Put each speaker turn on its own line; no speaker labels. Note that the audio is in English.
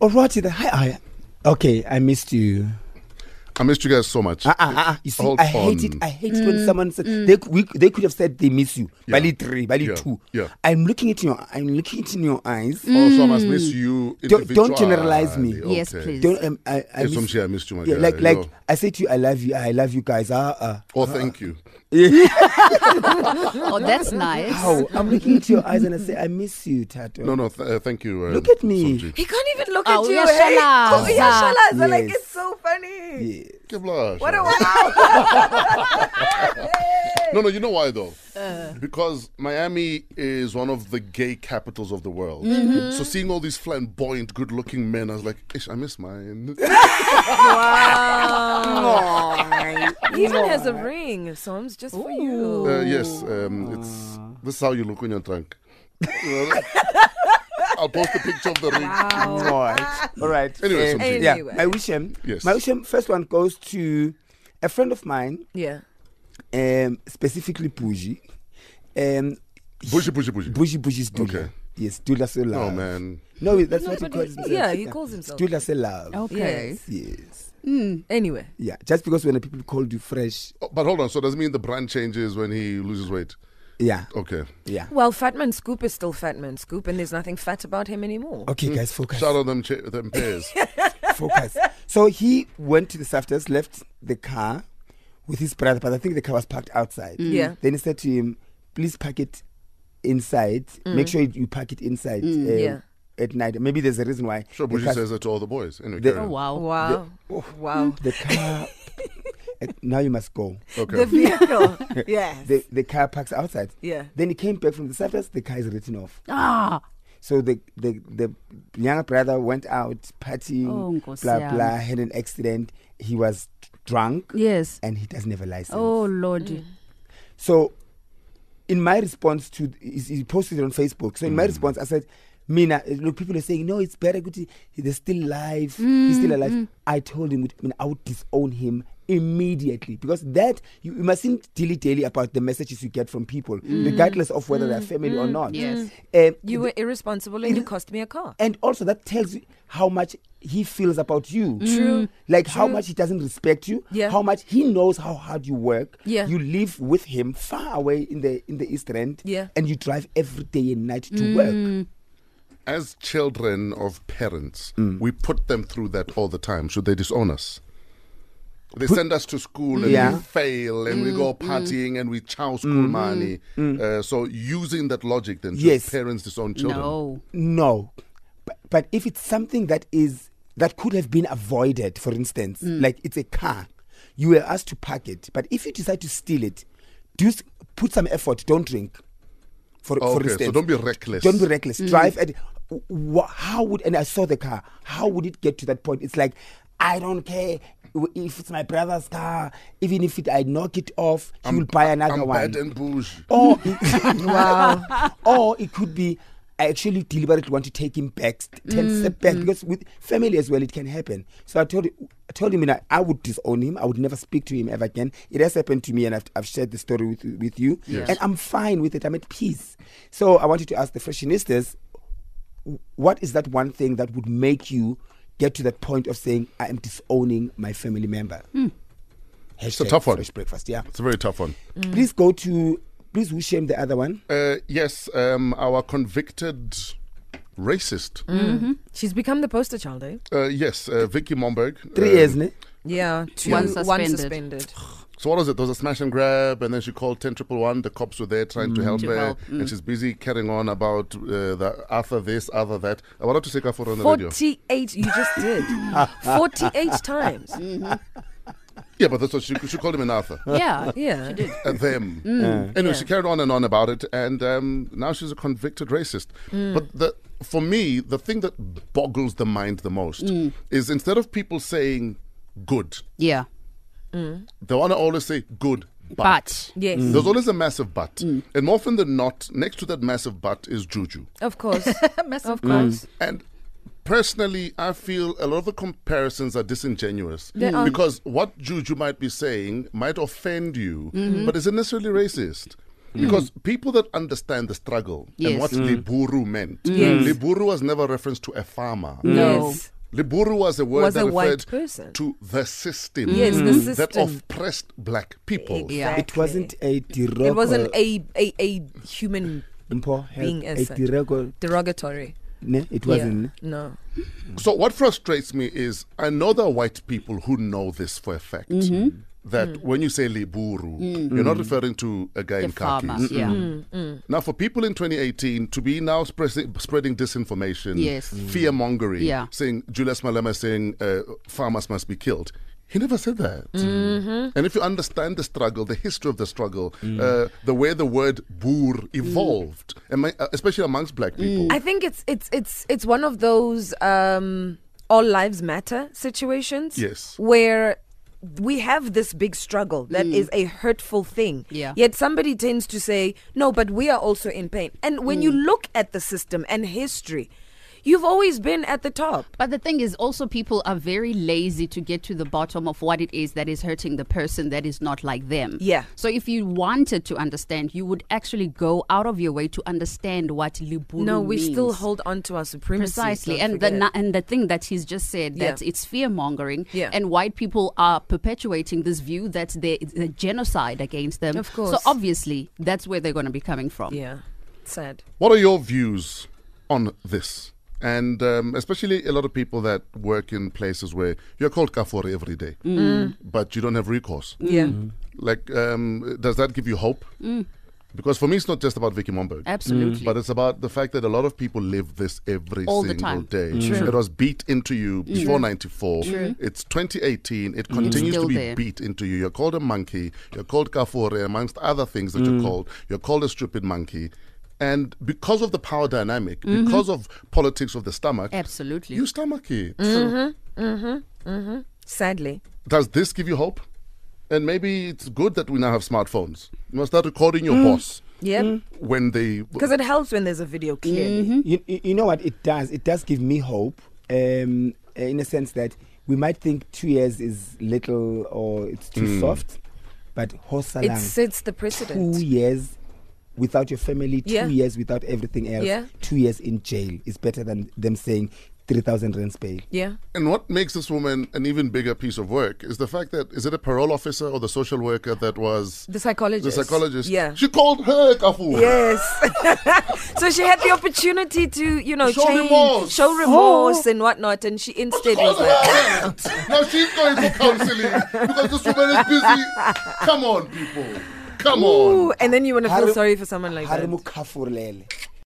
Alrighty then. Hi, I. Okay, I missed you.
I missed you guys so much.
Ah, ah, ah, ah. You see,
Hold
I hate
on.
it. I hate it when someone says they c- we, c- they could have said they miss you.
Yeah.
Bali three, Bali
Yeah.
two.
Yeah.
I'm looking at your. I'm looking it in your eyes.
Also, Oh, I must miss you.
mm. Don't- don't generalize me.
individually.
Yes,
Okay.
please.
Don't. Um, I, I
Yes,
miss-
I'm sure I missed you, my
yeah,
guy.
like like
Yo.
I say to you, I love you. I love you guys. Ah, ah.
Oh, thank you.
Oh, that's nice.
Ow, I'm looking into your eyes and I say, I miss you, Tato.
No, no, th- uh, thank you. Uh,
Look at me.
Sonji.
He can't even look
Ah,
at you.
uyashalaza.
eh? Oh, uyashalaza. Like,
Yes.
it's so funny.
Yeah.
Give blush.
What a wow.
No, no, you know why though? because Miami is one of the gay capitals of the world.
Mm-hmm.
So seeing all these flamboyant, good-looking men, I was like, Ish, I miss mine.
he even has a ring, so it's just for you.
Uh, yes, um, it's this is how you look when you're drunk. You know? I'll post a picture of the ring.
All right. All right.
Anyway,
Uh,
Somjin.
yeah.
Anyway.
My wish him.
Yes.
My wish him. First one goes to a friend of mine,
Yeah.
um, specifically Puji. Um,
Bushy, bushy, bushy.
Puji Puji's Dula.
Okay.
Yes, Dula so
Oh
love.
man,
No, that's what he
but
calls
he-
himself.
yeah, he calls himself.
Dula so love.
Okay.
Yes.
Yes.
Anyway.
Yeah. Just because when the people called you fresh.
Oh, but hold on. So does it mean the brand changes when he loses weight?
Yeah.
Okay.
Yeah.
Well, Fatman Scoop is still Fatman Scoop, and there's nothing fat about him anymore.
Okay, guys, focus.
Hmm. Shout out them cha- them pairs.
focus. So he went to the Safters, left the car with his brother, but I think the car was parked outside.
Mm. Yeah.
Then he said to him, please park it inside. Make sure you- you park it inside um,
Mm. Yeah.
at night. Maybe there's a reason why.
sure,
the
Bushy
car,
says that to all the boys. Anyway,
The-
carry on.
Oh, Wow.
Wow. Wow.
The car. Uh, now you must go.
okay.
The vehicle. yes.
The, the car parks outside.
Yeah.
Then he came back from the Safters, the car is written off.
Ah.
So the, the, the younger brother went out partying,
Oh, Nkosi
blah,
yami.
blah, had an accident. He was drunk
Yes.
and he doesn't have a license.
Oh Lord.
So, in my response to he he posted it on Facebook. So in my response, I said, "Mina, eh, look, people are saying no, it's better. Good, they're still alive. He's still alive." I told him, I, mean, I would disown him immediately because that you, you mustn't dilly dally about the messages you get from people, regardless of whether they're family or not.
Yes.
Um,
You were irresponsible and you cost me a car.
and also that tells you how much he feels about you. True. Like how much he doesn't respect you.
Yeah.
How much he knows how hard you work.
Yeah.
You live with him far away in the in the East End.
Yeah. Mm.
And you drive every day and night to work.
As children of parents,
Mm.
we put them through that all the time. Should they disown us? They send us to school and
Yeah. Mm, Mm-hmm,
we fail and we go partying and we chow school money. Uh, so using that logic, then should
Yes.
parents disown children?
No.
No. But, but if it's something that is that could have been avoided, for instance, like it's a car, you were asked to park it. But if you decide to steal it, do s- put some effort. Don't drink. For, for
Okay,
instance,
so don't be reckless.
Don't be reckless. Drive at wha- how would and I saw the car. How would it get to that point? It's like I don't care w- if it's my brother's car. Even if it, I knock it off, he will buy another
I'm
one.
bad and bougie.
or wow. Or it could be I actually deliberately want to take him back, st- ten step back because with family as well it can happen. So I told I told him that I would disown him. I would never speak to him ever again. It has happened to me, and I've, I've shared the story with with you. And I'm fine with it. I'm at peace. So I wanted to ask the fashionistas what is that one thing that would make you get to that point of saying I am disowning my family member?
It's a tough one.
Fresh breakfast, yeah.
It's a very tough one.
Mm.
Please go to please who shame the other one.
Uh, yes, um, our convicted racist.
Mm.
Mm-hmm.
She's become the poster child, eh?
Uh, yes, uh, Vicky Momberg.
Three
uh,
years, ne?
Yeah. Two,
One
One
suspended.
suspended.
So what was it? There was a smash and grab, and then she called ten triple one. The cops were there trying
Mm,
to help
To
her,
help,
and she's busy carrying on about uh, the other this, other that. I wanted to take her for on the radio.
48, you just did. 48 times.
Mm.
Yeah, but that's what she, she called him an Arthur.
Yeah.
Yeah.
Uh, them.
Mm,
Anyway, she carried on and on about it, and um, now she's a convicted racist.
Mm.
But the, for me, the thing that boggles the mind the most
Mm.
is instead of people saying good,
Yeah.
they want to always say good, Mm.
But.
Yes. Mm.
There's always a massive but. And more often than not, next to that massive but is juju.
Of course. of course.
And personally, I feel a lot of the comparisons are disingenuous
They are.
because what Juju might be saying might offend you,
Mm-hmm.
but is it necessarily racist?
Mm.
Because people that understand the struggle and
Yes.
what Liburu meant,
Yes. Mm.
Liburu was never referenced to a farmer.
No.
Yes.
Liburu was a word
Was
that
a white
referred
person.
to the system.
Yes, the
That
system.
oppressed black people.
Exactly.
It wasn't a derogatory.
It wasn't a a, a human
Mpo, help,
being as
a
such.
derogatory.
derogatory.
Ne? It
Yeah.
wasn't. ne?
No.
So what frustrates me is I know there are white people who know this for a fact.
Mm-hmm.
That when you say Liburu, you're not referring to a guy
Mm. The
in khakis.
farmer, yeah. Mm.
Now, for people in 2018 to be now spre- spreading disinformation,
Yes. Mm.
fear mongering,
Yeah.
saying Julius Malema is saying uh, farmers must be killed. He never said that.
Mm-hmm.
And if you understand the struggle, the history of the struggle, uh, the way the word boor evolved,
Mm.
ami- uh, especially amongst black people.
I think it's it's it's it's one of those um, all lives matter situations.
Yes.
Where we have this big struggle that is a hurtful thing.
Yeah.
Yet somebody tends to say, no, but we are also in pain. And when you look at the system and history, you've always been at the top.
But the thing is, also, people are very lazy to get to the bottom of what it is that is hurting the person that is not like them.
Yeah.
So if you wanted to understand, you would actually go out of your way to understand what Liburu
No, we still
means.
hold on to our supremacy.
Precisely,
don't
and the
Mm-hmm. forget.
na- and the thing that he's just said that
Yeah.
it's fear mongering,
Yeah.
and white people are perpetuating this view that there is a genocide against them.
Of course.
so obviously that's where they're going to be coming from.
Yeah. Sad.
What are your views on this? And um, especially a lot of people that work in places where you're called kafori every day, but you don't have recourse.
Mm.
Yeah.
Like, um, does that give you hope? Because for me, it's not just about Vicky Momberg.
Absolutely.
Mm, But it's about the fact that a lot of people live this every
All the
single
time.
day. It was beat into you before 94. It's 2018. It continues
Mm. Still
to be
there.
beat into you. You're called a monkey. You're called kafore, amongst other things that
Mm.
you're called. You're called a stupid monkey. And because of the power dynamic, because of politics of the stomach,
Mm-hmm. Absolutely. Mm.
you stomach it.
Sadly.
Does this give you hope? And maybe it's good that we now have smartphones. You must start recording
Mm.
your boss
Yeah.
when they.
Because it helps when there's a video clearly.
Mm-hmm.
You, you you know what it does? It does give me hope um, uh, in a sense that we might think two years is little or it's too soft, but
It
Hosalang,
sets the
two
precedent.
years without your family, two
Yeah.
years without everything else,
Yeah.
two years in jail is better than them saying 3,000 rands bail.
Yeah.
And what makes this woman an even bigger piece of work is the fact that is it a parole officer or the social worker that was
The psychologist.
the psychologist?
Yeah.
She called her Kafu.
Yes. so she had the opportunity to, you know,
Show
change,
remorse.
show remorse and whatnot, and she instead was
Called
like,
her that. now she's going for counseling because this woman is busy. Come on, people. Come on.
"Ooh," and then you want to feel
Haru-
sorry for someone like
Harimu
that.
kafurlele.